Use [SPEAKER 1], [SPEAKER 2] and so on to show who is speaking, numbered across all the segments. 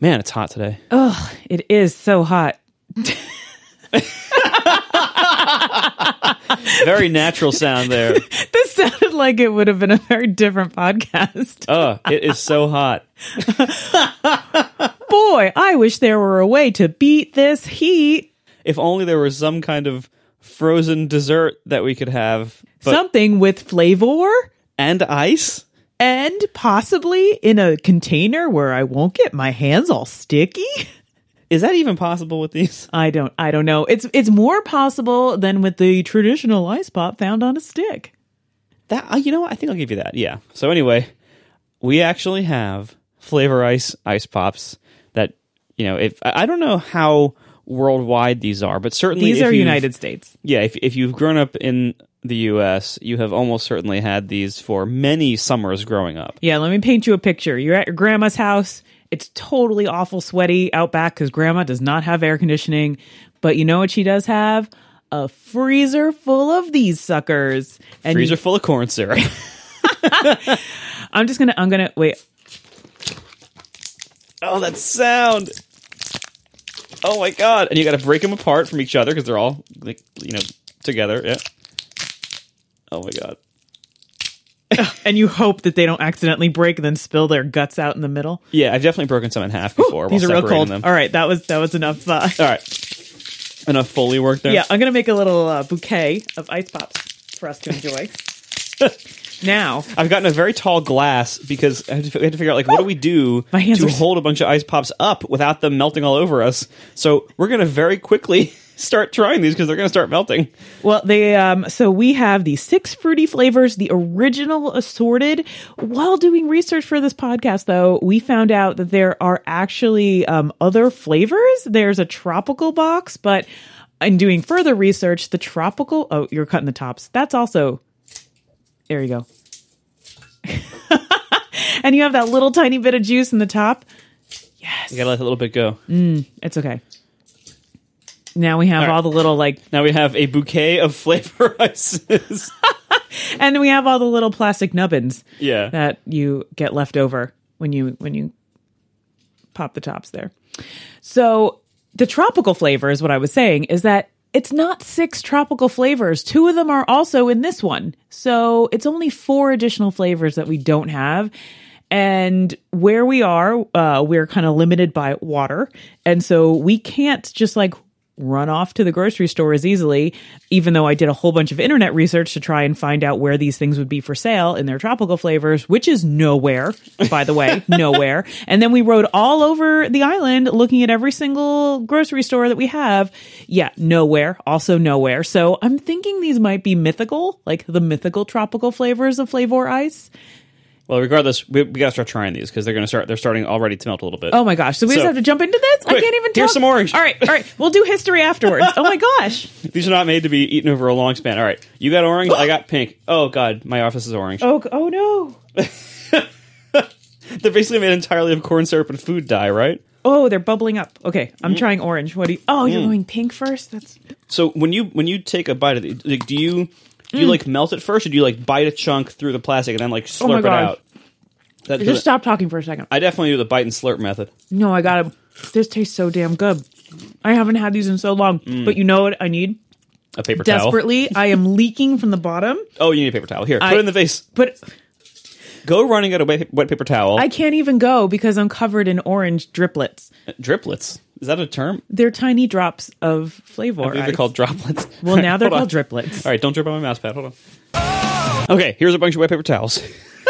[SPEAKER 1] Man, it's hot today.
[SPEAKER 2] Ugh, it is so hot.
[SPEAKER 1] Very natural sound there.
[SPEAKER 2] This sounded like it would have been a very different podcast.
[SPEAKER 1] Oh, it is so hot.
[SPEAKER 2] Boy, I wish there were a way to beat this heat.
[SPEAKER 1] If only there was some kind of frozen dessert that we could have. But,
[SPEAKER 2] Something with flavor
[SPEAKER 1] and ice?
[SPEAKER 2] and possibly in a container where I won't get my hands all sticky.
[SPEAKER 1] Is that even possible with these?
[SPEAKER 2] I don't I don't know. It's it's more possible than with the traditional ice pop found on a stick.
[SPEAKER 1] That uh, you know, what? I think I'll give you that. Yeah. So anyway, we actually have flavor ice ice pops that you know. If I I don't know how worldwide these are, but certainly
[SPEAKER 2] These
[SPEAKER 1] if
[SPEAKER 2] are
[SPEAKER 1] you've-
[SPEAKER 2] United States.
[SPEAKER 1] Yeah, if if you've grown up in the U.S., you have almost certainly had these for many summers growing up.
[SPEAKER 2] Yeah, let me paint you a picture. You're at your grandma's house. It's totally awful sweaty out back because grandma does not have air conditioning. But you know what she does have? A freezer full of these suckers. And
[SPEAKER 1] Freezer full of corn syrup.
[SPEAKER 2] I'm just gonna I'm gonna wait.
[SPEAKER 1] oh, that sound! Oh my god! And you got to break them apart from each other because they're all like you know together. Yeah. Oh my god.
[SPEAKER 2] And you hope that they don't accidentally break and then spill their guts out in the middle.
[SPEAKER 1] Yeah, I've definitely broken some in half before.
[SPEAKER 2] These are
[SPEAKER 1] while
[SPEAKER 2] real
[SPEAKER 1] separating
[SPEAKER 2] cold.
[SPEAKER 1] Them.
[SPEAKER 2] All right, that was that was enough. Uh,
[SPEAKER 1] All right. Enough Foley work there.
[SPEAKER 2] yeah, I'm gonna make a little uh, bouquet of ice pops for us to enjoy. now,
[SPEAKER 1] I've gotten a very tall glass because I had to, we had to figure out like what do we do
[SPEAKER 2] My hands
[SPEAKER 1] to
[SPEAKER 2] are-
[SPEAKER 1] hold a bunch of ice pops up without them melting all over us. So we're gonna very quickly start trying these because they're gonna start melting.
[SPEAKER 2] Well, they um so we have the six fruity flavors, the original assorted. While doing research for this podcast though, we found out that there are actually um other flavors. There's a tropical box, but in doing further research, the tropical oh, you're cutting the tops. That's also There you go. and you have that little tiny bit of juice in the top.
[SPEAKER 1] You gotta let a little bit go.
[SPEAKER 2] It's okay. Now we have all the little like
[SPEAKER 1] Now we have a bouquet of flavor ices.
[SPEAKER 2] and we have all the little plastic nubbins.
[SPEAKER 1] yeah.
[SPEAKER 2] that you get left over when you when you pop the tops there. So the tropical flavor is what I was saying is that it's not six tropical flavors. Two of them are also in this one. So it's only four additional flavors that we don't have. And where we are, uh, we're kind of limited by water. And so we can't just like run off to the grocery store as easily, even though I did a whole bunch of internet research to try and find out where these things would be for sale in their tropical flavors, which is nowhere, by the way, nowhere. And then we rode all over the island looking at every single grocery store that we have. Yeah, nowhere, also nowhere. So I'm thinking these might be mythical, like the mythical tropical flavors of Flavor Ice.
[SPEAKER 1] Well, regardless, we, we gotta start trying these because they're gonna start. They're starting already to melt a little bit.
[SPEAKER 2] Oh my gosh. So we
[SPEAKER 1] So-
[SPEAKER 2] just have to jump into this? I
[SPEAKER 1] Quick,
[SPEAKER 2] can't even
[SPEAKER 1] here's
[SPEAKER 2] talk.
[SPEAKER 1] some orange.
[SPEAKER 2] All right, all right. We'll do history afterwards. oh my gosh.
[SPEAKER 1] These are not made to be eaten over a long span. All right, you got orange. I got pink. Oh god, my office is orange.
[SPEAKER 2] Oh, oh no.
[SPEAKER 1] They're basically made entirely of corn syrup and food dye, right?
[SPEAKER 2] Oh, they're bubbling up. Okay, I'm trying orange. What do you? Oh, you're going pink first. That's
[SPEAKER 1] Mm. So when you when you take a bite of the, like, do you do
[SPEAKER 2] Mm.
[SPEAKER 1] you like melt it first, or do you like bite a chunk through the plastic and then like slurp
[SPEAKER 2] Oh my
[SPEAKER 1] it
[SPEAKER 2] gosh.
[SPEAKER 1] out? That,
[SPEAKER 2] just stop talking for a second.
[SPEAKER 1] I definitely do the bite and slurp method.
[SPEAKER 2] No, I got it. This tastes so damn good. I haven't had these in so long,
[SPEAKER 1] Mm.
[SPEAKER 2] but you know what I need
[SPEAKER 1] A paper
[SPEAKER 2] desperately. I am leaking from the bottom,
[SPEAKER 1] towel. Oh, you need a paper towel. Here,
[SPEAKER 2] I-
[SPEAKER 1] put it in the vase.
[SPEAKER 2] but
[SPEAKER 1] Go running out a wet, wet paper towel.
[SPEAKER 2] I can't even go because I'm covered in orange driplets.
[SPEAKER 1] Driplets. Is that a term?
[SPEAKER 2] They're tiny drops of flavor.
[SPEAKER 1] I think they're
[SPEAKER 2] ice.
[SPEAKER 1] called droplets.
[SPEAKER 2] well, now they're
[SPEAKER 1] Hold on.
[SPEAKER 2] called driplets.
[SPEAKER 1] All right, don't drip on my mouse pad. Hold on. Okay, here's a bunch of wet paper towels.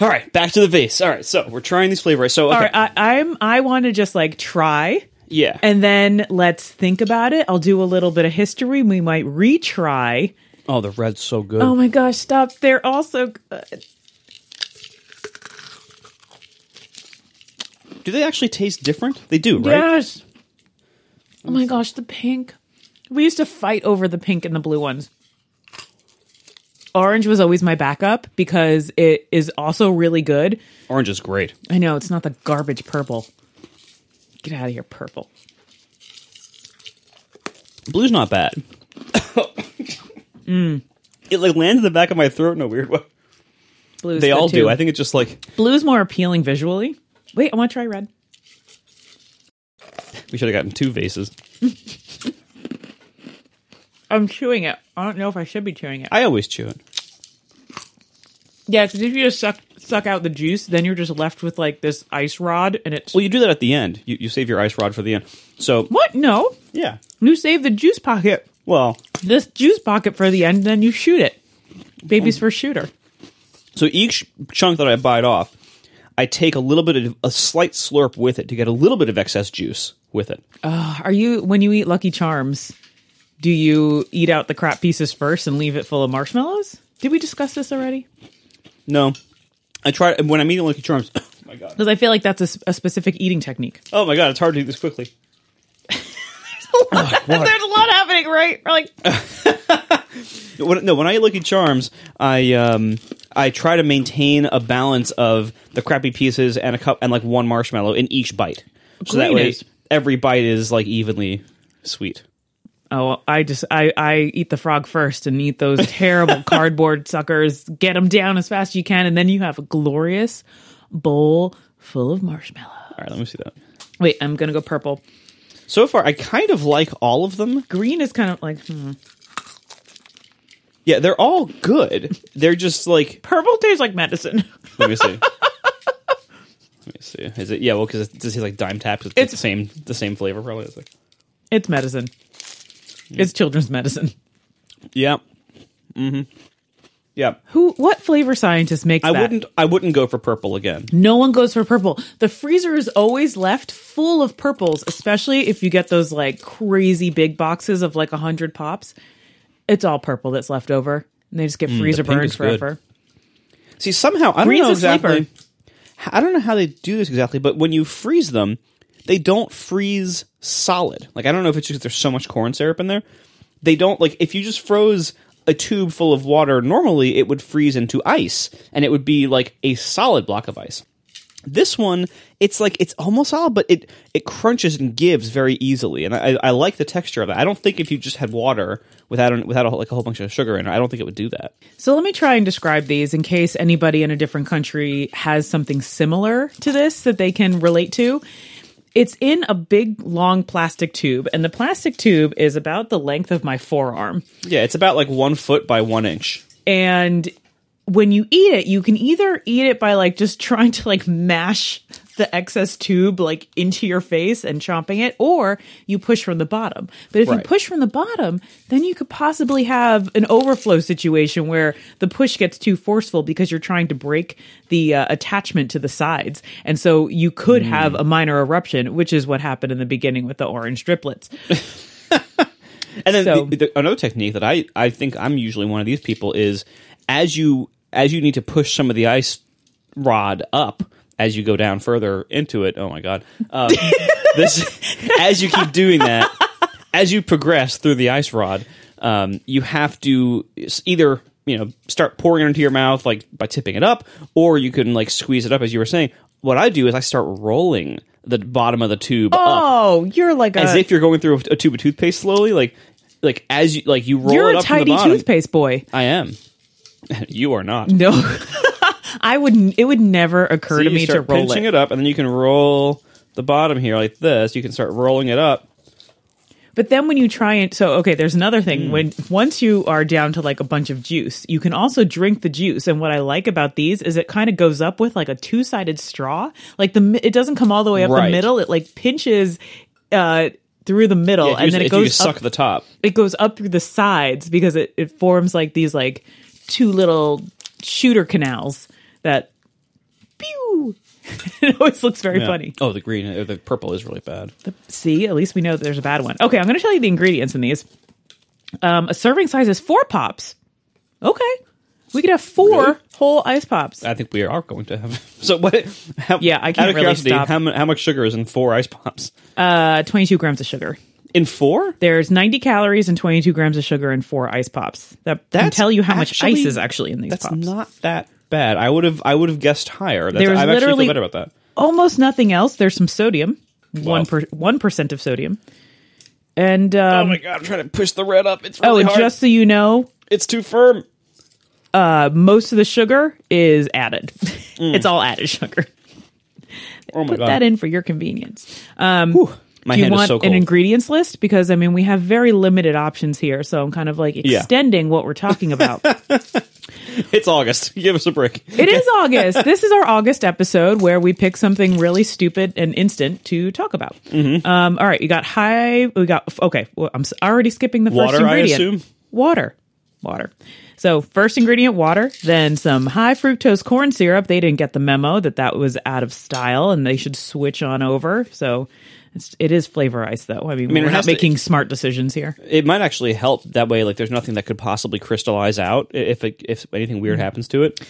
[SPEAKER 1] All right, back to the vase. All right, so we're trying these flavors. So, okay,
[SPEAKER 2] All right, I, I'm. I want to just like try.
[SPEAKER 1] yeah,
[SPEAKER 2] And then let's think about it. I'll do a little bit of history. We might retry.
[SPEAKER 1] oh, the red's so good.
[SPEAKER 2] Oh my gosh, stop. They're uh, all so good.
[SPEAKER 1] Do they actually taste different? They do, right?
[SPEAKER 2] Yes. Oh my gosh, the pink. We used to fight over the pink and the blue ones. Orange was always my backup because it is also really good.
[SPEAKER 1] Orange is great.
[SPEAKER 2] I know it's not the garbage purple. Get out of here, purple.
[SPEAKER 1] Blue's not bad. It like lands in the back of my throat in a weird way.
[SPEAKER 2] Blue's
[SPEAKER 1] They
[SPEAKER 2] good
[SPEAKER 1] all
[SPEAKER 2] too.
[SPEAKER 1] do. I think it's just like
[SPEAKER 2] blue's more appealing visually. Wait, I want to try red.
[SPEAKER 1] We should have gotten two vases.
[SPEAKER 2] I'm chewing it. I don't know if I should be chewing it.
[SPEAKER 1] I always chew it.
[SPEAKER 2] Yeah, because if you just suck suck out the juice, then you're just left with like this ice rod, and it's
[SPEAKER 1] Well, you do that at the end. You, you save your ice rod for the end. So
[SPEAKER 2] what? No,
[SPEAKER 1] yeah.
[SPEAKER 2] you save the juice pocket,
[SPEAKER 1] Well,
[SPEAKER 2] this juice pocket for the end, then you shoot it. Baby's first shooter.
[SPEAKER 1] so each chunk that I bite off, I take a little bit of a slight slurp with it to get a little bit of excess juice with it.
[SPEAKER 2] Are you when you eat Lucky Charms? Do you eat out the crap pieces first and leave it full of marshmallows? Did we discuss this already?
[SPEAKER 1] No, I try when I'm eating Lucky Charms. oh my god!
[SPEAKER 2] Because I feel like that's a, s- a specific eating technique.
[SPEAKER 1] Oh my god! It's hard to do this quickly.
[SPEAKER 2] There's a lot happening, right? We're like,
[SPEAKER 1] When, no, when I eat Lucky Charms, I um I try to maintain a balance of the crappy pieces and a cup and like one marshmallow in each bite, so that way
[SPEAKER 2] Greatest.
[SPEAKER 1] every bite is like evenly sweet.
[SPEAKER 2] oh, I just I I eat the frog first and eat those terrible cardboard suckers. Get them down as fast as you can, and then you have a glorious bowl full of marshmallow.
[SPEAKER 1] All right, let me see that.
[SPEAKER 2] Wait, I'm gonna go purple.
[SPEAKER 1] So far, I kind of like all of them.
[SPEAKER 2] Green is kind of like hmm.
[SPEAKER 1] Yeah, they're all good. They're just like
[SPEAKER 2] purple. Tastes like medicine.
[SPEAKER 1] let me see. Let me see. Is it yeah? Well, because it tastes like dime taps. It's,
[SPEAKER 2] It's-
[SPEAKER 1] the same the same flavor probably. It's like,
[SPEAKER 2] It's medicine. It's children's medicine.
[SPEAKER 1] yeah. Mm-hmm. Yeah.
[SPEAKER 2] Who? What flavor scientist makes
[SPEAKER 1] I
[SPEAKER 2] that?
[SPEAKER 1] wouldn't. I wouldn't go for purple again.
[SPEAKER 2] No one goes for purple. The freezer is always left full of purples, especially if you get those like crazy big boxes of like a hundred pops. It's all purple that's left over, and they just get freezer
[SPEAKER 1] Hmm, pink
[SPEAKER 2] burned
[SPEAKER 1] is good.
[SPEAKER 2] forever.
[SPEAKER 1] See, somehow I don't
[SPEAKER 2] Green's
[SPEAKER 1] know
[SPEAKER 2] a sleeper.
[SPEAKER 1] exactly. I don't know how they do this exactly, but when you freeze them, they don't freeze solid. Like I don't know if it's just there's so much corn syrup in there. They don't like if you just froze a tube full of water normally it would freeze into ice and it would be like a solid block of ice. This one, it's like it's almost solid, but it it crunches and gives very easily, and I, I like the texture of it. I don't think if you just had water without without a, whole- like a whole bunch of sugar in it, I don't think it would do that.
[SPEAKER 2] So let me try and describe these in case anybody in a different country has something similar to this that they can relate to. It's in a big long plastic tube, and the plastic tube is about the length of my forearm.
[SPEAKER 1] Yeah, it's about like one foot by one inch.
[SPEAKER 2] and when you eat it you can either eat it by like just trying to like mash the excess tube like into your face and chomping it or you push from the bottom but if you
[SPEAKER 1] Right.
[SPEAKER 2] push from the bottom then you could possibly have an overflow situation where the push gets too forceful because you're trying to break the uh, attachment to the sides and so you could
[SPEAKER 1] Hmm.
[SPEAKER 2] have a minor eruption which is what happened in the beginning with the orange driplets
[SPEAKER 1] And then
[SPEAKER 2] So-
[SPEAKER 1] the, the, another technique that I, I think I'm usually one of these people is as you as you need to push some of the ice rod up as you go down further into it. Oh my god! Um, this as you keep doing that, as you progress through the ice rod, um, you have to s- either you know start pouring it into your mouth like by tipping it up, or you can like squeeze it up as you were saying. What I do is I start rolling the bottom of the tube up
[SPEAKER 2] oh you're like
[SPEAKER 1] as
[SPEAKER 2] a
[SPEAKER 1] if you're going through a, a tube of toothpaste slowly, like like as you like you roll
[SPEAKER 2] you're
[SPEAKER 1] it
[SPEAKER 2] a
[SPEAKER 1] up from the
[SPEAKER 2] tidy
[SPEAKER 1] bottom.
[SPEAKER 2] toothpaste boy
[SPEAKER 1] I am. you are not.
[SPEAKER 2] No, I would. It would never occur to
[SPEAKER 1] you
[SPEAKER 2] me to
[SPEAKER 1] start
[SPEAKER 2] roll
[SPEAKER 1] pinching
[SPEAKER 2] it.
[SPEAKER 1] it. up, and then you can roll the bottom here like this. You can start rolling it up.
[SPEAKER 2] But then when you try and so okay, there's another thing.
[SPEAKER 1] Hmm.
[SPEAKER 2] When once you are down to like a bunch of juice, you can also drink the juice. And what I like about these is it kind of goes up with like a two sided straw. Like the mi- it doesn't come all the way up
[SPEAKER 1] Right.
[SPEAKER 2] the middle. It like pinches uh, through the middle,
[SPEAKER 1] If you-
[SPEAKER 2] and then it
[SPEAKER 1] if you
[SPEAKER 2] goes
[SPEAKER 1] just
[SPEAKER 2] up
[SPEAKER 1] suck the top.
[SPEAKER 2] it goes up through the sides because it, it forms like these like two little shooter canals that pew it always looks very
[SPEAKER 1] Yeah.
[SPEAKER 2] funny
[SPEAKER 1] Oh, the green or the purple is really bad.
[SPEAKER 2] see at least we know that there's a bad one okay i'm going to tell you the ingredients in these um, a serving size is four pops okay we could have four
[SPEAKER 1] Really?
[SPEAKER 2] whole ice pops
[SPEAKER 1] I think we are going to have. So what? How,
[SPEAKER 2] Yeah, I
[SPEAKER 1] out
[SPEAKER 2] can't
[SPEAKER 1] of
[SPEAKER 2] really
[SPEAKER 1] curiosity,
[SPEAKER 2] stop.
[SPEAKER 1] How, mu- how much sugar is in four ice pops?
[SPEAKER 2] uh, 22 grams of sugar
[SPEAKER 1] In four?
[SPEAKER 2] there's 90 calories and 22 grams of sugar in four ice pops that can
[SPEAKER 1] That's
[SPEAKER 2] tell you how much ice
[SPEAKER 1] actually-
[SPEAKER 2] is actually in these
[SPEAKER 1] That's
[SPEAKER 2] pops
[SPEAKER 1] not that bad. I would have. I would have guessed higher. That's,
[SPEAKER 2] There's
[SPEAKER 1] I actually feel
[SPEAKER 2] literally-
[SPEAKER 1] better about that.
[SPEAKER 2] almost nothing else. There's some sodium, one per, one percent of sodium, and um,
[SPEAKER 1] oh my god! I'm trying to push the red up. It's
[SPEAKER 2] oh,
[SPEAKER 1] really
[SPEAKER 2] and
[SPEAKER 1] hard.
[SPEAKER 2] just so you know,
[SPEAKER 1] It's too firm.
[SPEAKER 2] most of the sugar is added. it's all added sugar.
[SPEAKER 1] Mm. Oh my
[SPEAKER 2] Put
[SPEAKER 1] god!
[SPEAKER 2] that in for your convenience. Um,
[SPEAKER 1] My
[SPEAKER 2] Do you
[SPEAKER 1] hand is
[SPEAKER 2] want
[SPEAKER 1] so
[SPEAKER 2] an
[SPEAKER 1] cold.
[SPEAKER 2] ingredients list? Because I mean, we have very limited options here, so I'm kind of like extending what we're talking about.
[SPEAKER 1] It's August. Give us a break.
[SPEAKER 2] it is August. This is our August episode where we pick something really stupid and instant to talk about.
[SPEAKER 1] Mm-hmm.
[SPEAKER 2] Um, all right, you got high. We got okay. Well, I'm s- already skipping the first
[SPEAKER 1] Water, I
[SPEAKER 2] ingredient.
[SPEAKER 1] assume?
[SPEAKER 2] Water, water. So first ingredient water, then some high fructose corn syrup. They didn't get the memo that that was out of style and they should switch on over. So it's, it is flavor ice though. I mean,
[SPEAKER 1] it
[SPEAKER 2] we're
[SPEAKER 1] has
[SPEAKER 2] not
[SPEAKER 1] to-
[SPEAKER 2] making smart decisions here.
[SPEAKER 1] It might actually help that way. Like, there's nothing that could possibly crystallize out i- if it, if anything weird
[SPEAKER 2] Mm-hmm.
[SPEAKER 1] happens to it.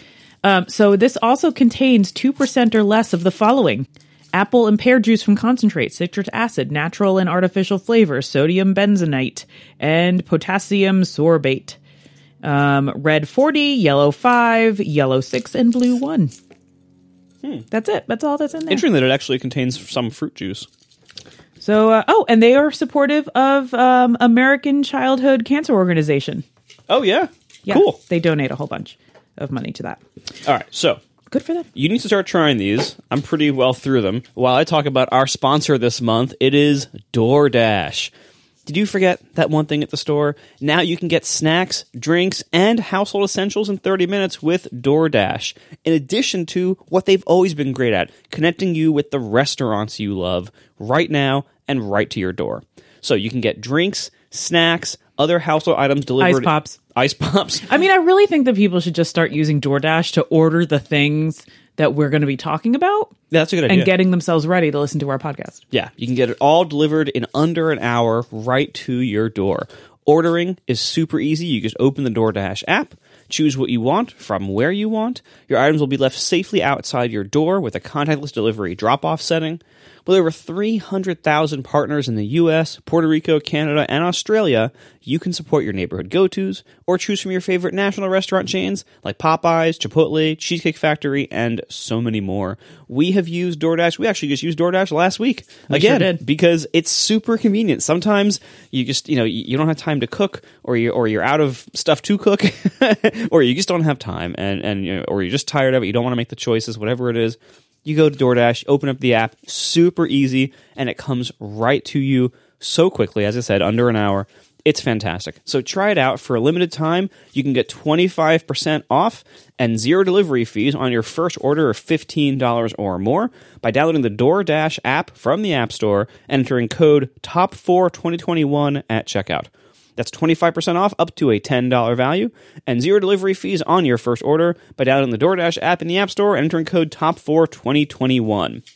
[SPEAKER 2] Um, so this also contains 2% or less of the following. Apple and pear juice from concentrate, citric acid, natural and artificial flavors, sodium benzoate, and potassium sorbate. Um, red 40, yellow 5, yellow 6, and blue 1. That's it. That's all that's in there.
[SPEAKER 1] Hmm. Interesting that it actually contains some fruit juice.
[SPEAKER 2] So, uh, oh, and they are supportive of um, American Childhood Cancer Organization.
[SPEAKER 1] Oh yeah,
[SPEAKER 2] Yeah,
[SPEAKER 1] cool.
[SPEAKER 2] They donate a whole bunch of money to that.
[SPEAKER 1] All right, so
[SPEAKER 2] Good for them.
[SPEAKER 1] you need to start trying these. I'm pretty well through them. While I talk about our sponsor this month, it is DoorDash. Did you forget that one thing at the store? Now you can get snacks, drinks, and household essentials in 30 minutes with DoorDash, in addition to what they've always been great at connecting you with the restaurants you love right now and right to your door. So you can get drinks, snacks, other household items delivered.
[SPEAKER 2] pops.
[SPEAKER 1] Ice pops.
[SPEAKER 2] I mean, I really think that people should just start using DoorDash to order the things that we're going to be talking about
[SPEAKER 1] That's a good idea.
[SPEAKER 2] and getting themselves ready to listen to our podcast.
[SPEAKER 1] Yeah, you can get it all delivered in under an hour right to your door. Ordering is super easy. You just open the DoorDash app, choose what you want from where you want. Your items will be left safely outside your door with a contactless delivery drop off setting. With over 300,000 partners in the US, Puerto Rico, Canada, and Australia, you can support your neighborhood go tos or choose from your favorite national restaurant chains like Popeyes, Chipotle, Cheesecake Factory, and so many more. We have used DoorDash. We actually just used DoorDash last week. Again,
[SPEAKER 2] did.
[SPEAKER 1] because it's super convenient. Sometimes you just, you know, you you don't have time to cook or you or you're out of stuff to cook or you just don't have time and and you know, or you're just tired of it, you don't want to make the choices, whatever it is. You go to DoorDash, open up the app, super easy and it comes right to you so quickly, as I said, under an hour. It's fantastic. So try it out for a limited time. You can get 25% off and zero delivery fees on your first order of $15 or more by downloading the DoorDash app from the App Store and entering code TOP42021 at checkout. That's 25% off up to a $10 value and zero delivery fees on your first order by downloading the DoorDash app in the App Store and entering code TOP42021.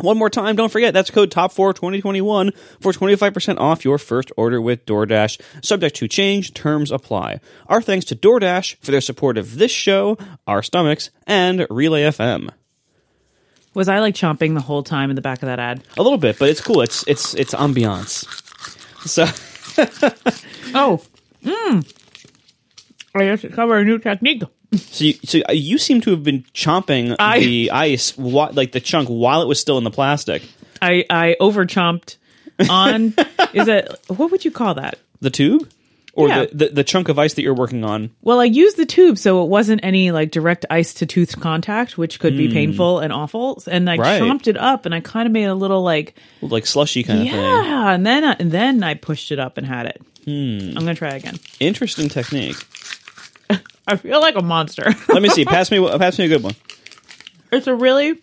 [SPEAKER 1] One more time, don't forget that's code TOP4 2021 for 25% off your first order with DoorDash. Subject to change, terms apply. Our thanks to DoorDash for their support of this show, our stomachs, and Relay FM.
[SPEAKER 2] Was I like chomping the whole time in the back of that ad?
[SPEAKER 1] A little bit, but it's cool. It's it's it's ambiance. So
[SPEAKER 2] Oh, mm. I just discovered a new technique.
[SPEAKER 1] so you, so you seem to have been chomping
[SPEAKER 2] I-
[SPEAKER 1] the ice wa- like the chunk while it was still in the plastic.
[SPEAKER 2] I, I over chomped on, is it, what would you call that?
[SPEAKER 1] The tube or
[SPEAKER 2] Yeah.
[SPEAKER 1] the, the the chunk of ice that you're working on.
[SPEAKER 2] Well, I used the tube, so it wasn't any like direct ice to tooth contact, which could be painful and awful. And I
[SPEAKER 1] Right.
[SPEAKER 2] chomped it up and I kind of made a little like,
[SPEAKER 1] Like slushy kind of thing.
[SPEAKER 2] Yeah, and then I, and then I pushed it up and had it.
[SPEAKER 1] Hmm.
[SPEAKER 2] I'm gonna try again.
[SPEAKER 1] Interesting technique.
[SPEAKER 2] I feel like a monster.
[SPEAKER 1] Let me see. Pass me pass me a good one.
[SPEAKER 2] it's a really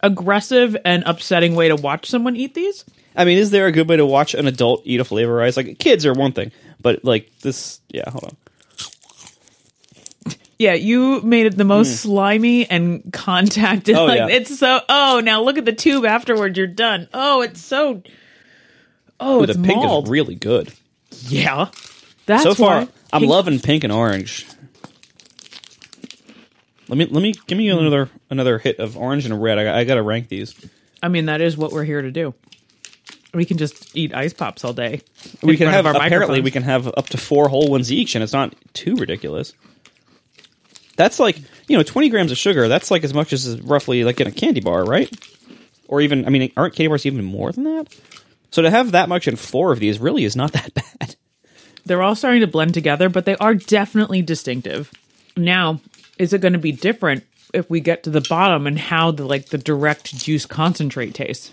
[SPEAKER 2] aggressive and upsetting way to watch someone eat these.
[SPEAKER 1] I mean, is there a good way to watch an adult eat a flavor ice? Like kids are one thing, but like this, yeah. Hold on.
[SPEAKER 2] Yeah, you made it the most slimy and contacted.
[SPEAKER 1] Hmm. Oh,
[SPEAKER 2] like
[SPEAKER 1] yeah.
[SPEAKER 2] it's so. Oh, now look at the tube afterwards. You're done. Oh, it's so. Oh,
[SPEAKER 1] Ooh,
[SPEAKER 2] it's
[SPEAKER 1] the pink
[SPEAKER 2] mauled.
[SPEAKER 1] is really good.
[SPEAKER 2] yeah, that's
[SPEAKER 1] so far,
[SPEAKER 2] why
[SPEAKER 1] I'm
[SPEAKER 2] pink-
[SPEAKER 1] loving pink and orange. Let me let me give me another another hit of orange and red. I, I got to rank these.
[SPEAKER 2] I mean, that is what we're here to do. We can just eat ice pops all day.
[SPEAKER 1] We
[SPEAKER 2] in
[SPEAKER 1] can
[SPEAKER 2] front
[SPEAKER 1] have
[SPEAKER 2] of our
[SPEAKER 1] apparently we
[SPEAKER 2] microphones.
[SPEAKER 1] can have up to four whole ones each, and it's not too ridiculous. That's like you know 20 grams of sugar. That's like as much as is roughly like in a candy bar, right? Or even I mean, aren't candy bars even more than that? So to have that much in four of these really is not that bad.
[SPEAKER 2] They're all starting to blend together, but they are definitely distinctive. Now, is it going to be different if we get to the bottom and how the like the direct juice concentrate tastes?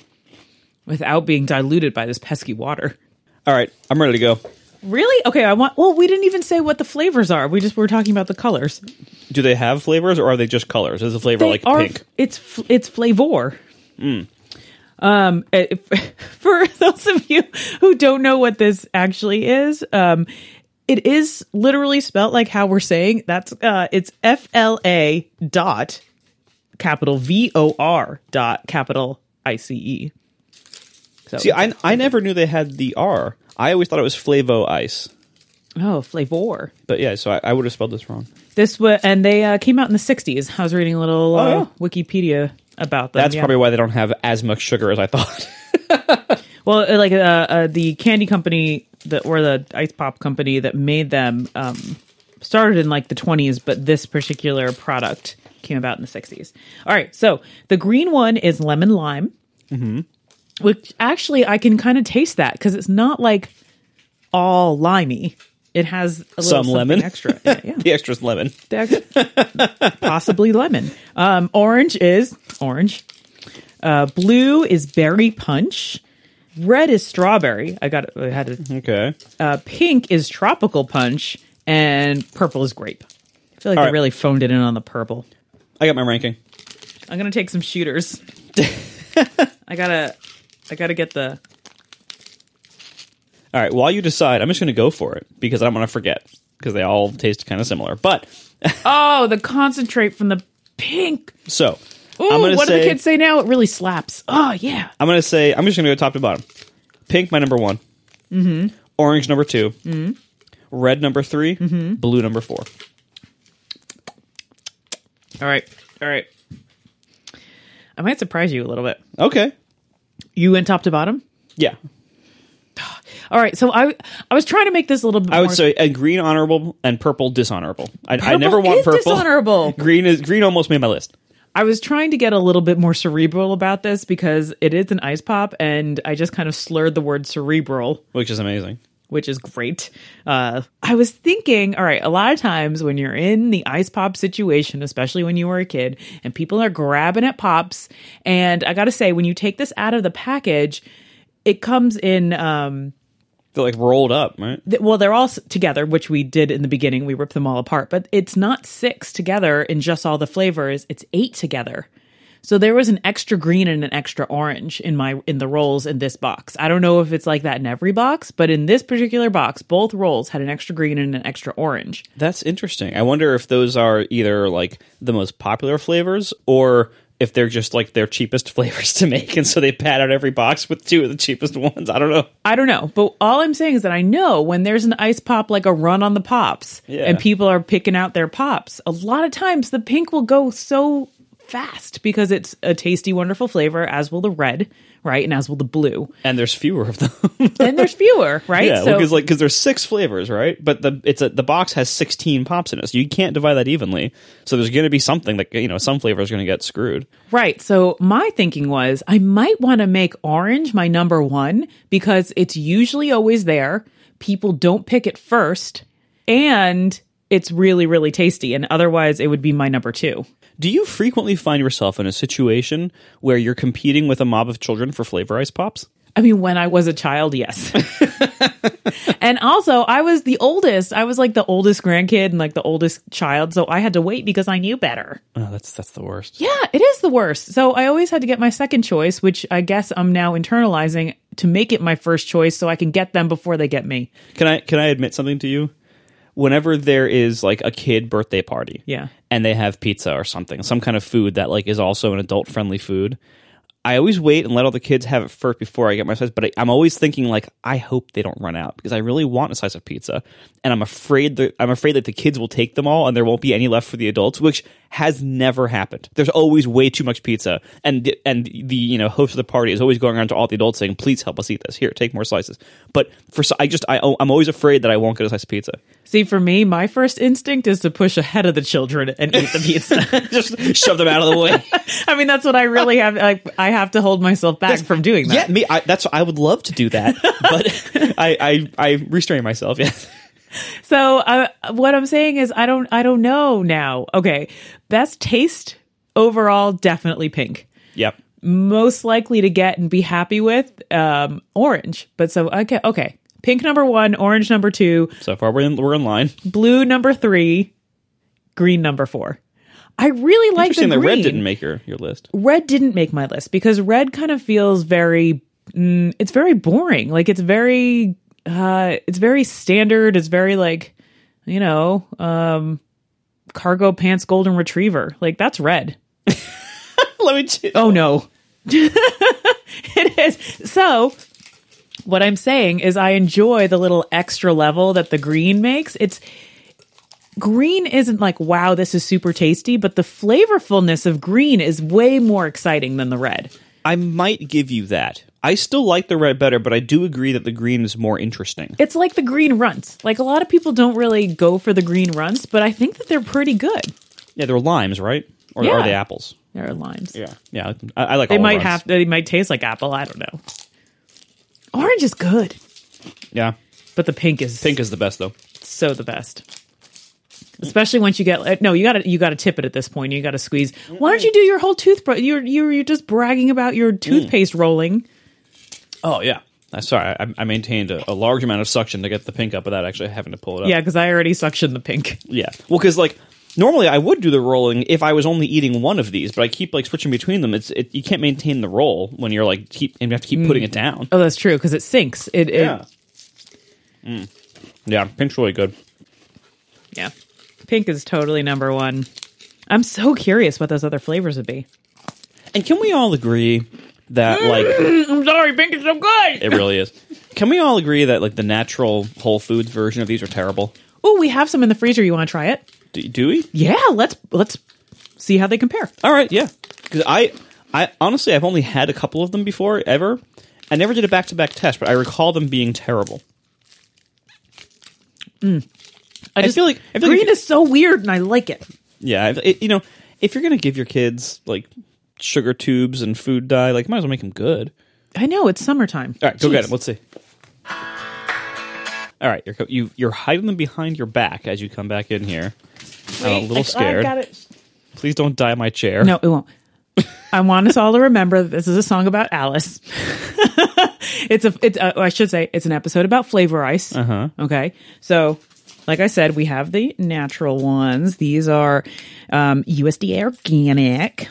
[SPEAKER 2] without being diluted by this pesky water.
[SPEAKER 1] All right, I'm ready to go.
[SPEAKER 2] Really? Okay, I want. Well, we didn't even say what the flavors are. We just were talking about the colors.
[SPEAKER 1] Do they have flavors or are they just colors? Is the flavor
[SPEAKER 2] They
[SPEAKER 1] like
[SPEAKER 2] are-
[SPEAKER 1] pink? Hmm.
[SPEAKER 2] It's f- it's flavor. Um, it- for those of you who don't know what this actually is, um, it is literally spelt like how we're saying. That's uh, it's F L A dot capital V O R dot capital I C E. So
[SPEAKER 1] See, I, I never knew they had the R. I always thought it was Flavo Ice.
[SPEAKER 2] oh, flavor.
[SPEAKER 1] But yeah, so I, I would have spelled this wrong.
[SPEAKER 2] This was, and they uh, came out in the '60s. I was reading a little uh,
[SPEAKER 1] Oh, yeah.
[SPEAKER 2] Wikipedia about them.
[SPEAKER 1] That's
[SPEAKER 2] yeah.
[SPEAKER 1] probably why they don't have as much sugar as I thought.
[SPEAKER 2] Well, uh, like uh, uh, the candy company that or the ice pop company that made them um, started in like the 20s, but this particular product came about in the 60s. All right, so the green one is lemon lime,
[SPEAKER 1] Mm-hmm.
[SPEAKER 2] which actually I can kind of taste that because it's not like all limey. It has a little
[SPEAKER 1] Some
[SPEAKER 2] something
[SPEAKER 1] lemon.
[SPEAKER 2] extra. in it, Yeah,
[SPEAKER 1] the extra's lemon.
[SPEAKER 2] Dex- possibly lemon. Um, orange is orange. Uh, blue is berry punch. Red is strawberry. I got. I had it.
[SPEAKER 1] Okay.
[SPEAKER 2] Uh, pink is tropical punch, and purple is grape. I feel like
[SPEAKER 1] All
[SPEAKER 2] they
[SPEAKER 1] right.
[SPEAKER 2] really phoned it in on the purple.
[SPEAKER 1] I got my ranking.
[SPEAKER 2] I'm gonna take some shooters. I gotta. I gotta get the.
[SPEAKER 1] All right, while you decide, I'm just going to go for it because I'm going to forget because they all taste kind of similar. But
[SPEAKER 2] Oh, the concentrate from the pink.
[SPEAKER 1] so
[SPEAKER 2] Ooh,
[SPEAKER 1] I'm going to
[SPEAKER 2] what do
[SPEAKER 1] say
[SPEAKER 2] the kids say now? It really slaps. Oh yeah.
[SPEAKER 1] I'm going to say I'm just going to go top to bottom. Pink, my number one. Mm-hmm. Orange, number 2 Mm-hmm. Red, number 3 Mm-hmm. Blue, number four.
[SPEAKER 2] All right. All right. I might surprise you a little bit.
[SPEAKER 1] Okay.
[SPEAKER 2] You went top to bottom?
[SPEAKER 1] Yeah,
[SPEAKER 2] All right. So I I was trying to make this a little bit
[SPEAKER 1] I would
[SPEAKER 2] more-
[SPEAKER 1] say a green honorable and purple dishonorable. I, I
[SPEAKER 2] Purple
[SPEAKER 1] never want
[SPEAKER 2] is
[SPEAKER 1] purple.
[SPEAKER 2] dishonorable.
[SPEAKER 1] Green is green. Almost made my list.
[SPEAKER 2] I was trying to get a little bit more cerebral about this because it is an ice pop and I just kind of slurred the word cerebral,
[SPEAKER 1] which is amazing.
[SPEAKER 2] which is great. Uh I was thinking, all right, a lot of times when you're in the ice pop situation, especially when you were a kid and people are grabbing at pops and I got to say when you take this out of the package, it comes in um
[SPEAKER 1] They're like rolled up, right?
[SPEAKER 2] th- well they're all s- together which we did in the beginning we ripped them all apart but it's not six together in just all the flavors it's eight together so there was an extra green and an extra orange in my in the rolls in this box i don't know if it's like that in every box but in this particular box both rolls had an extra green and an extra orange
[SPEAKER 1] That's interesting. I wonder if those are either like the most popular flavors or if they're just like their cheapest flavors to make, and so they pad out every box with two of the cheapest ones. I don't know.
[SPEAKER 2] I don't know, but all I'm saying is that I know when there's an ice pop, like a run on the pops,
[SPEAKER 1] Yeah.
[SPEAKER 2] and people are picking out their pops. A lot of times, the pink will go so fast because it's a tasty, wonderful flavor, as will the red, right, and as will the blue.
[SPEAKER 1] And there's fewer of them.
[SPEAKER 2] Then there's fewer, right?
[SPEAKER 1] yeah, because like because there's six flavors, right? But the it's a, the box has 16 pops in it, so you can't divide that evenly. So there's going to be something that you know some flavor is going to get screwed.
[SPEAKER 2] Right. So my thinking was I might want to make orange my number one because it's usually always there. People don't pick it first and it's really, really tasty. And otherwise, it would be my number two.
[SPEAKER 1] Do you frequently find yourself in a situation where you're competing with a mob of children for flavor ice pops?
[SPEAKER 2] I mean, when I was a child, yes. and also, I was the oldest. I was like the oldest grandkid and like the oldest child. So I had to wait because I knew better.
[SPEAKER 1] Oh, that's that's the worst.
[SPEAKER 2] Yeah, it is the worst. So I always had to get my second choice, which I guess I'm now internalizing to make it my first choice so I can get them before they get me.
[SPEAKER 1] Can I can I admit something to you? Whenever there is like a kid birthday party,
[SPEAKER 2] Yeah.
[SPEAKER 1] and they have pizza or something, some kind of food that like is also an adult friendly food, I always wait and let all the kids have it first before I get my slice. But I, I'm always thinking like, I hope they don't run out because I really want a slice of pizza, and I'm afraid that I'm afraid that the kids will take them all and there won't be any left for the adults, which has never happened. There's always way too much pizza, and the, and the you know host of the party is always going around to all the adults saying, "Please help us eat this. Here, take more slices." But for so- I just I I'm always afraid that I won't get a slice of pizza.
[SPEAKER 2] See, for me, my first instinct is to push ahead of the children and eat the pizza.
[SPEAKER 1] just shove them out of the way.
[SPEAKER 2] I mean, that's what I really have. I, I have to hold myself back from doing that.
[SPEAKER 1] Yeah, me. I, that's I would love to do that, but I, I I restrain myself. Yeah,
[SPEAKER 2] So uh, what I'm saying is, I don't, I don't know now. Okay, best taste overall, definitely pink.
[SPEAKER 1] yep.
[SPEAKER 2] most likely to get and be happy with um, orange. But so okay, okay, pink number one, orange number two,
[SPEAKER 1] So far, we're in, we're in line.
[SPEAKER 2] blue number three, green number four. I really like the
[SPEAKER 1] Interesting that
[SPEAKER 2] green.
[SPEAKER 1] red didn't make your, your list.
[SPEAKER 2] Red didn't make my list because red kind of feels very. Mm, it's very boring. Like it's very. Uh, it's very standard. It's very like, you know, um, cargo pants, golden retriever. Like that's red.
[SPEAKER 1] Let me. Ch-
[SPEAKER 2] Oh no. it is. So what I'm saying is I enjoy the little extra level that the green makes. It's green isn't like wow this is super tasty, but the flavorfulness of green is way more exciting than the red.
[SPEAKER 1] I might give you that. I still like the red better, but I do agree that the green is more interesting.
[SPEAKER 2] It's like the green runts. Like a lot of people don't really go for the green runts, but I think that they're pretty good.
[SPEAKER 1] Yeah, they're limes, right? Or
[SPEAKER 2] Yeah.
[SPEAKER 1] are they apples?
[SPEAKER 2] They're limes.
[SPEAKER 1] Yeah, yeah. I, I like.
[SPEAKER 2] They might have they might taste like apple, I don't know. Orange is good,
[SPEAKER 1] Yeah,
[SPEAKER 2] but the pink is
[SPEAKER 1] pink is the best though.
[SPEAKER 2] so the best especially once you get uh, no you gotta you gotta tip it at this point you gotta squeeze why don't you do your whole toothbrush you're you're, you're just bragging about your
[SPEAKER 1] Mm.
[SPEAKER 2] toothpaste rolling
[SPEAKER 1] Oh yeah. I sorry. I, I maintained a, a large amount of suction to get the pink up without actually having to pull it up.
[SPEAKER 2] yeah because i already suctioned the pink
[SPEAKER 1] Yeah. Well, because like normally I would do the rolling if I was only eating one of these, but I keep like switching between them. It's it, you can't maintain the roll when you're like keep and you have to keep putting it down.
[SPEAKER 2] oh that's true because it sinks it, it yeah.
[SPEAKER 1] Mm. Yeah, pink's really good.
[SPEAKER 2] pink is totally number one i'm so curious what those other flavors would be
[SPEAKER 1] And can we all agree that like
[SPEAKER 2] i'm sorry pink is so good
[SPEAKER 1] it really is? Can we all agree that like the natural Whole Foods version of these are terrible?
[SPEAKER 2] oh we have some in the freezer you want to try it
[SPEAKER 1] Do, do we?
[SPEAKER 2] yeah let's let's see how they compare
[SPEAKER 1] All right, yeah. Because I, I honestly, I've only had a couple of them before ever. I never did a back to back test, but I recall them being terrible.
[SPEAKER 2] i,
[SPEAKER 1] I
[SPEAKER 2] just
[SPEAKER 1] feel like- I feel like
[SPEAKER 2] green
[SPEAKER 1] if you-
[SPEAKER 2] is so weird and i like it
[SPEAKER 1] Yeah, if- it, you know, if you're gonna give your kids like sugar tubes and food dye, like might as well make them good.
[SPEAKER 2] i know it's summertime
[SPEAKER 1] All right, go get
[SPEAKER 2] Jeez.
[SPEAKER 1] them. Let's see. All right, you're co- you, you're hiding them behind your back as you come back in here. I'm a
[SPEAKER 2] Wait,
[SPEAKER 1] little
[SPEAKER 2] I-
[SPEAKER 1] scared.
[SPEAKER 2] I got it.
[SPEAKER 1] Please don't dye my chair.
[SPEAKER 2] No, it won't. I want us all to remember that this is a song about Alice. it's a, it's a, I should say, it's an episode about flavor ice. Uh-huh. Okay. So, like I said, we have the natural ones. These are um, USDA organic.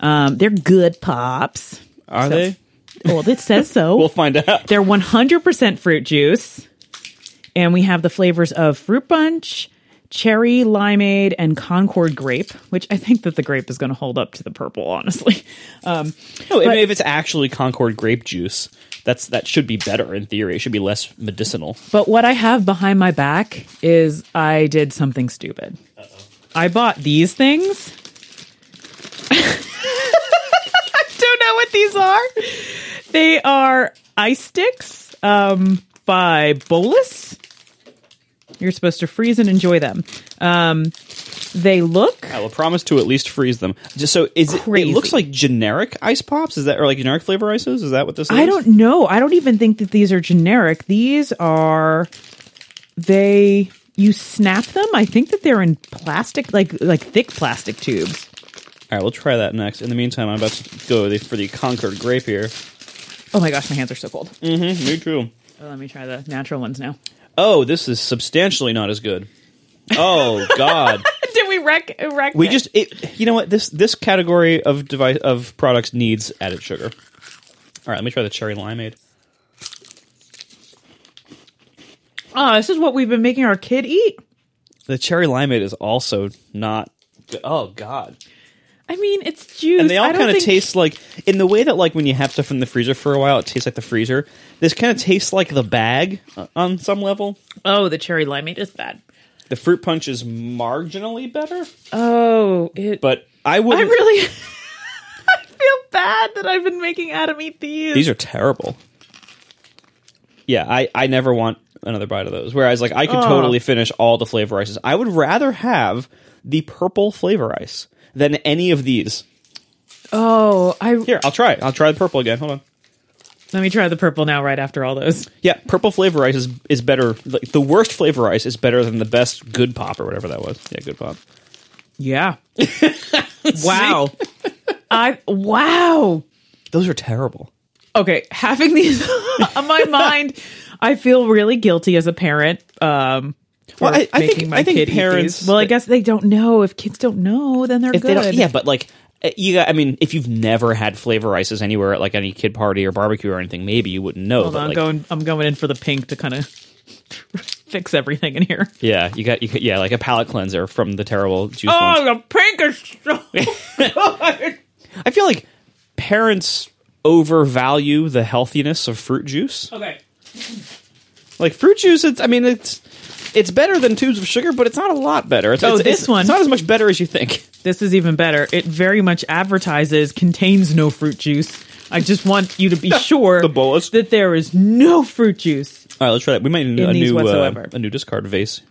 [SPEAKER 2] Um, they're good pops.
[SPEAKER 1] are they?
[SPEAKER 2] Well, it says so.
[SPEAKER 1] We'll find out.
[SPEAKER 2] They're 100% fruit juice. And we have the flavors of fruit punch, cherry, limeade, and Concord grape, which I think that the grape is going to hold up to the purple, honestly. Um,
[SPEAKER 1] No, I mean, if it's actually Concord grape juice, that's that should be better in theory. It should be less medicinal.
[SPEAKER 2] but what I have behind my back is I did something stupid. I bought these things. I don't know what these are. They are ice sticks um, by Bolus. You're supposed to freeze and enjoy them. Um, they look
[SPEAKER 1] I will promise to at least freeze them. Just so is it, it
[SPEAKER 2] Crazy.
[SPEAKER 1] looks like generic ice pops? Is that or like generic flavor ices? Is that what this is?
[SPEAKER 2] I don't know. I don't even think that these are generic. These are they you snap them. I think that they're in plastic like like thick plastic tubes.
[SPEAKER 1] All right, we'll try that next. In the meantime, I'm about to go the- for the Concord grape here.
[SPEAKER 2] Oh my gosh, my hands are so cold.
[SPEAKER 1] Mm-hmm, me too.
[SPEAKER 2] Oh, let me try the natural ones now.
[SPEAKER 1] Oh, this is substantially not as good. Oh God,
[SPEAKER 2] Did we wreck wreck
[SPEAKER 1] we
[SPEAKER 2] it?
[SPEAKER 1] just it, you know what this this category of device of products needs added sugar. All right, let me try the cherry limeade.
[SPEAKER 2] Oh, this is what we've been making our kid eat.
[SPEAKER 1] The cherry limeade is also not. Oh God.
[SPEAKER 2] I mean, it's juice.
[SPEAKER 1] and they all
[SPEAKER 2] I don't
[SPEAKER 1] kind of
[SPEAKER 2] think-
[SPEAKER 1] taste like in the way that like when you have stuff in the freezer for a while it tastes like the freezer this kind of tastes like the bag uh, on some level
[SPEAKER 2] Oh, the cherry limeade is bad.
[SPEAKER 1] the fruit punch is marginally better
[SPEAKER 2] Oh, it
[SPEAKER 1] but i would
[SPEAKER 2] I
[SPEAKER 1] not
[SPEAKER 2] really I feel bad that I've been making Adam eat these.
[SPEAKER 1] these are terrible yeah i i never want another bite of those whereas like i could totally finish all the flavor ices i would rather have the purple flavor ice than any of these
[SPEAKER 2] oh, I
[SPEAKER 1] here i'll try it i'll try the purple again hold on
[SPEAKER 2] let me try the purple now right after all those.
[SPEAKER 1] Yeah, purple flavor ice is is better. Like the worst flavor ice is better than the best good pop or whatever that was. Yeah, good pop.
[SPEAKER 2] Yeah. wow. I wow.
[SPEAKER 1] Those are terrible.
[SPEAKER 2] Okay, having these on my mind, I feel really guilty as a parent. Um, for
[SPEAKER 1] Well, I- I
[SPEAKER 2] making
[SPEAKER 1] think-
[SPEAKER 2] my
[SPEAKER 1] I think
[SPEAKER 2] kid eat
[SPEAKER 1] parents-
[SPEAKER 2] these. Well, I guess they don't know. If kids don't know, then they're
[SPEAKER 1] If
[SPEAKER 2] good.
[SPEAKER 1] they don't, yeah, but like uh, you, got- I mean, if you've never had flavor ices anywhere at like any kid party or barbecue or anything, maybe you wouldn't know.
[SPEAKER 2] Hold
[SPEAKER 1] but,
[SPEAKER 2] on, I'm
[SPEAKER 1] like,
[SPEAKER 2] going. I'm going in for the pink to kind of fix everything in here.
[SPEAKER 1] Yeah, you got you got, yeah, like a palate cleanser from the terrible juice. ones.
[SPEAKER 2] Oh, the pink is so good.
[SPEAKER 1] I feel like parents overvalue the healthiness of fruit juice.
[SPEAKER 2] okay.
[SPEAKER 1] Like fruit juice, it's I mean it's it's better than tubes of sugar, but it's not a lot better. It's,
[SPEAKER 2] Oh,
[SPEAKER 1] it's-
[SPEAKER 2] this
[SPEAKER 1] it's-
[SPEAKER 2] one.
[SPEAKER 1] it's not as much better as you think.
[SPEAKER 2] This is even better. It very much advertises contains no fruit juice. I just want you to be sure
[SPEAKER 1] the bolas.
[SPEAKER 2] that there is no fruit juice.
[SPEAKER 1] All right, let's try that. We might need a
[SPEAKER 2] In these
[SPEAKER 1] new uh,
[SPEAKER 2] whatsoever.
[SPEAKER 1] a new discard vase.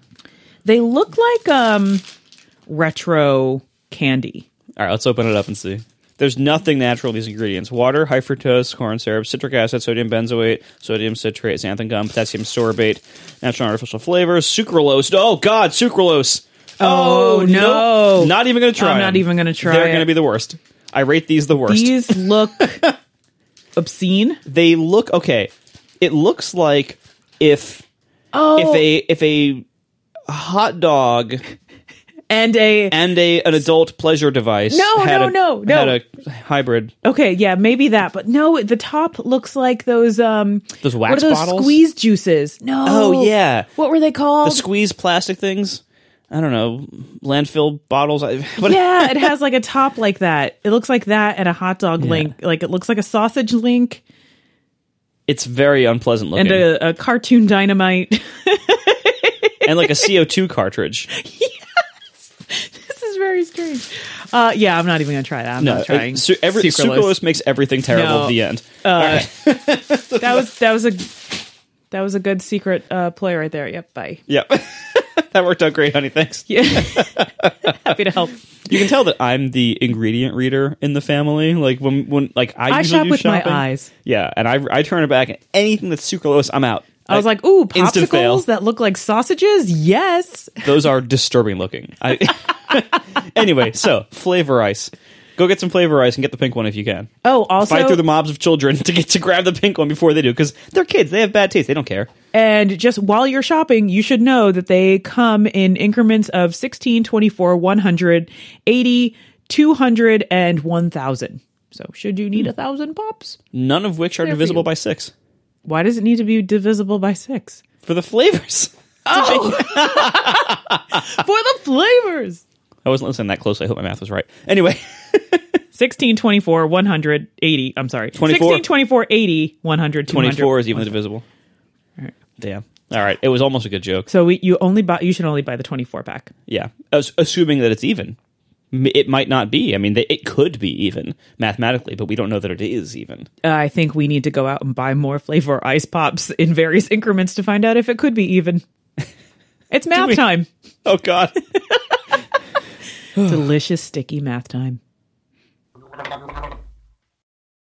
[SPEAKER 2] They look like um retro candy.
[SPEAKER 1] All right, let's open it up and see. There's nothing natural in these ingredients: water, high fructose corn syrup, citric acid, sodium benzoate, sodium citrate, xanthan gum, potassium sorbate, natural and artificial flavors, sucralose. Oh God, sucralose!
[SPEAKER 2] Oh, no.
[SPEAKER 1] not even going to try.
[SPEAKER 2] I'm not
[SPEAKER 1] them.
[SPEAKER 2] even gonna try
[SPEAKER 1] They're
[SPEAKER 2] it.
[SPEAKER 1] going to be the worst. I rate these the worst.
[SPEAKER 2] These look obscene.
[SPEAKER 1] they look okay. It looks like if
[SPEAKER 2] Oh,
[SPEAKER 1] if a if a hot dog
[SPEAKER 2] and a
[SPEAKER 1] and a an adult pleasure device
[SPEAKER 2] No,
[SPEAKER 1] had
[SPEAKER 2] no,
[SPEAKER 1] a,
[SPEAKER 2] no, no.
[SPEAKER 1] had a hybrid
[SPEAKER 2] okay, yeah, maybe that, but no, the top looks like those um
[SPEAKER 1] Those
[SPEAKER 2] what
[SPEAKER 1] wax
[SPEAKER 2] are those
[SPEAKER 1] bottles?
[SPEAKER 2] squeeze juices. No,
[SPEAKER 1] Oh, yeah.
[SPEAKER 2] what were they
[SPEAKER 1] the
[SPEAKER 2] called?
[SPEAKER 1] squeeze plastic things. I don't know landfill bottles. I, what,
[SPEAKER 2] yeah, it has like a top like that. It looks like that and a hot dog link. Like it looks like a sausage link
[SPEAKER 1] It's very unpleasant looking,
[SPEAKER 2] and uh,
[SPEAKER 1] and,
[SPEAKER 2] a, a cartoon dynamite.
[SPEAKER 1] like a CO two cartridge.
[SPEAKER 2] this is very strange. Uh, yeah, I'm not even gonna try that. I'm
[SPEAKER 1] No,
[SPEAKER 2] not trying.
[SPEAKER 1] uh, su- every, sucralose makes everything terrible
[SPEAKER 2] No.
[SPEAKER 1] at the end.
[SPEAKER 2] That was that was a that was a good secret uh, play right there. Yep, bye.
[SPEAKER 1] Yep, that worked out great, honey. Thanks.
[SPEAKER 2] Yeah, happy to help.
[SPEAKER 1] You can tell that I'm the ingredient reader in the family. Like when when like I,
[SPEAKER 2] I
[SPEAKER 1] usually
[SPEAKER 2] shop
[SPEAKER 1] do
[SPEAKER 2] with
[SPEAKER 1] shopping.
[SPEAKER 2] my eyes.
[SPEAKER 1] Yeah, and I I turn it back. And anything that's sucralose, I'm out.
[SPEAKER 2] I was like, ooh,
[SPEAKER 1] Instant fail.
[SPEAKER 2] popsicles that look like sausages. Yes,
[SPEAKER 1] those are disturbing looking. I, anyway, so flavor ice. Go get some flavor ice and get the pink one if you can.
[SPEAKER 2] Oh, also-
[SPEAKER 1] fight through the mobs of children to get to grab the pink one before they do because they're kids. They have bad taste. They don't care.
[SPEAKER 2] and just while you're shopping, you should know that they come in increments of 16, 24, 100, 80, 200, and 1,000. So, should you need a thousand pops?
[SPEAKER 1] None of which are
[SPEAKER 2] for
[SPEAKER 1] divisible
[SPEAKER 2] you.
[SPEAKER 1] by six
[SPEAKER 2] Why does it need to be divisible by six?
[SPEAKER 1] for the flavors.
[SPEAKER 2] For the flavors.
[SPEAKER 1] I wasn't listening that close. I hope my math was right. Anyway,
[SPEAKER 2] 16, 24, 100, 80. I'm sorry.
[SPEAKER 1] 24.
[SPEAKER 2] 16, 24, 80, 100, 200.
[SPEAKER 1] twenty-four is even divisible. Damn. All right. It was almost a good joke.
[SPEAKER 2] So we, you only buy, you should only buy the 24 pack.
[SPEAKER 1] Yeah. As- assuming that it's even. M- It might not be. I mean, they- it could be even mathematically, but we don't know that it is even.
[SPEAKER 2] Uh, I think we need to go out and buy more flavor ice pops in various increments to find out if it could be even. It's math
[SPEAKER 1] we-
[SPEAKER 2] time.
[SPEAKER 1] Oh, God.
[SPEAKER 2] Delicious sticky math time.